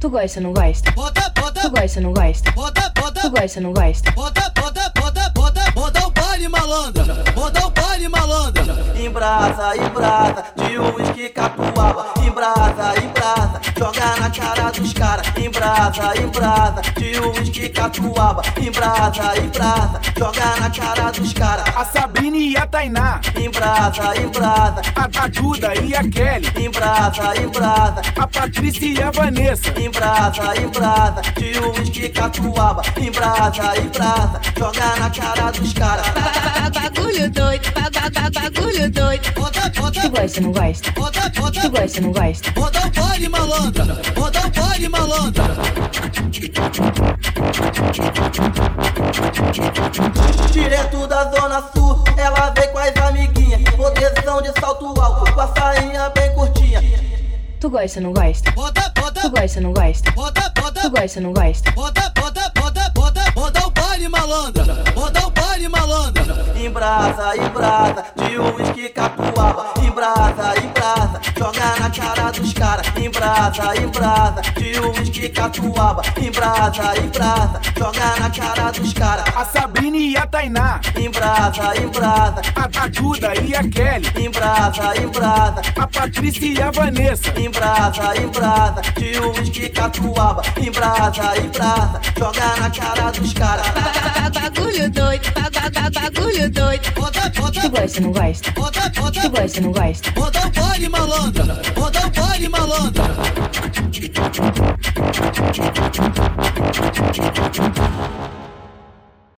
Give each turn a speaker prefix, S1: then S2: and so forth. S1: Tu gosta, não gosta?
S2: Bota,
S1: Tu
S2: bota,
S1: gosta, não gosta?
S2: bota,
S1: Tu
S2: bota,
S1: gosta, não gosta?
S2: bota, bota, bota, bota, bota o baile malandra. Bota o baile malandra.
S3: Embrasa, embrasa, de uísque catuaba. Embrasa, embrasa, joga na cara dos caras. Embrasa, embrasa, de uísque catuaba. Embrasa, embrasa, joga na cara dos caras.
S4: A Sabrina e a Tainá,
S3: Embrasa, embrasa,
S4: a, a Duda e a Kelly,
S3: embrasa, embrasa.
S4: a Patrícia e a Vanessa.
S3: Embrasa, embrasa, de um uísque catuaba. Embrasa, embrasa, joga na cara dos caras.
S5: Ba- ba- Bagulho doido, ba- ba- ba- bagulho doido.
S2: Bota,
S1: Tu
S2: bota,
S1: gosta, não gosta?
S2: bota,
S1: Tu
S2: bota,
S1: gosta, não gosta?
S2: bota o baile malandra. Bota o baile malandra.
S3: Direto da zona sul, ela vem com as amiguinhas. Proteção de salto alto, com a sainha bem curtinha.
S1: Tu gosta, não gosta?
S2: Bota,
S1: Tu
S2: bota,
S1: gosta, não gosta?
S2: bota,
S1: Tu
S2: bota,
S1: gosta, não gosta?
S2: bota, bota, bota, bota, bota o baile malandra. Bota o baile malandra.
S3: Embrasa, embrasa, de um uísque catuaba. Embrasa, embrasa, joga na cara dos caras. Embrasa, embrasa, de um uísque catuaba. Embrasa, embrasa, joga na cara dos caras.
S4: A Sabrina e a Tainá,
S3: Embrasa, embrasa,
S4: a, a Duda e a Kelly,
S3: embrasa, embrasa.
S4: a Patrícia e a Vanessa.
S3: Embrasa, embrasa, de uísque catuaba. Embrasa, embrasa, joga na cara dos caras.
S5: Ba- ba- ba- Bagulho doido, ba- ba- ba- bagulho doido.
S2: Bota,
S1: Tu
S2: bota,
S1: gosta, não gosta?
S2: bota,
S1: Tu
S2: bota.
S1: gosta, não gosta?
S2: Bota o baile malandra. Bota o baile malandra.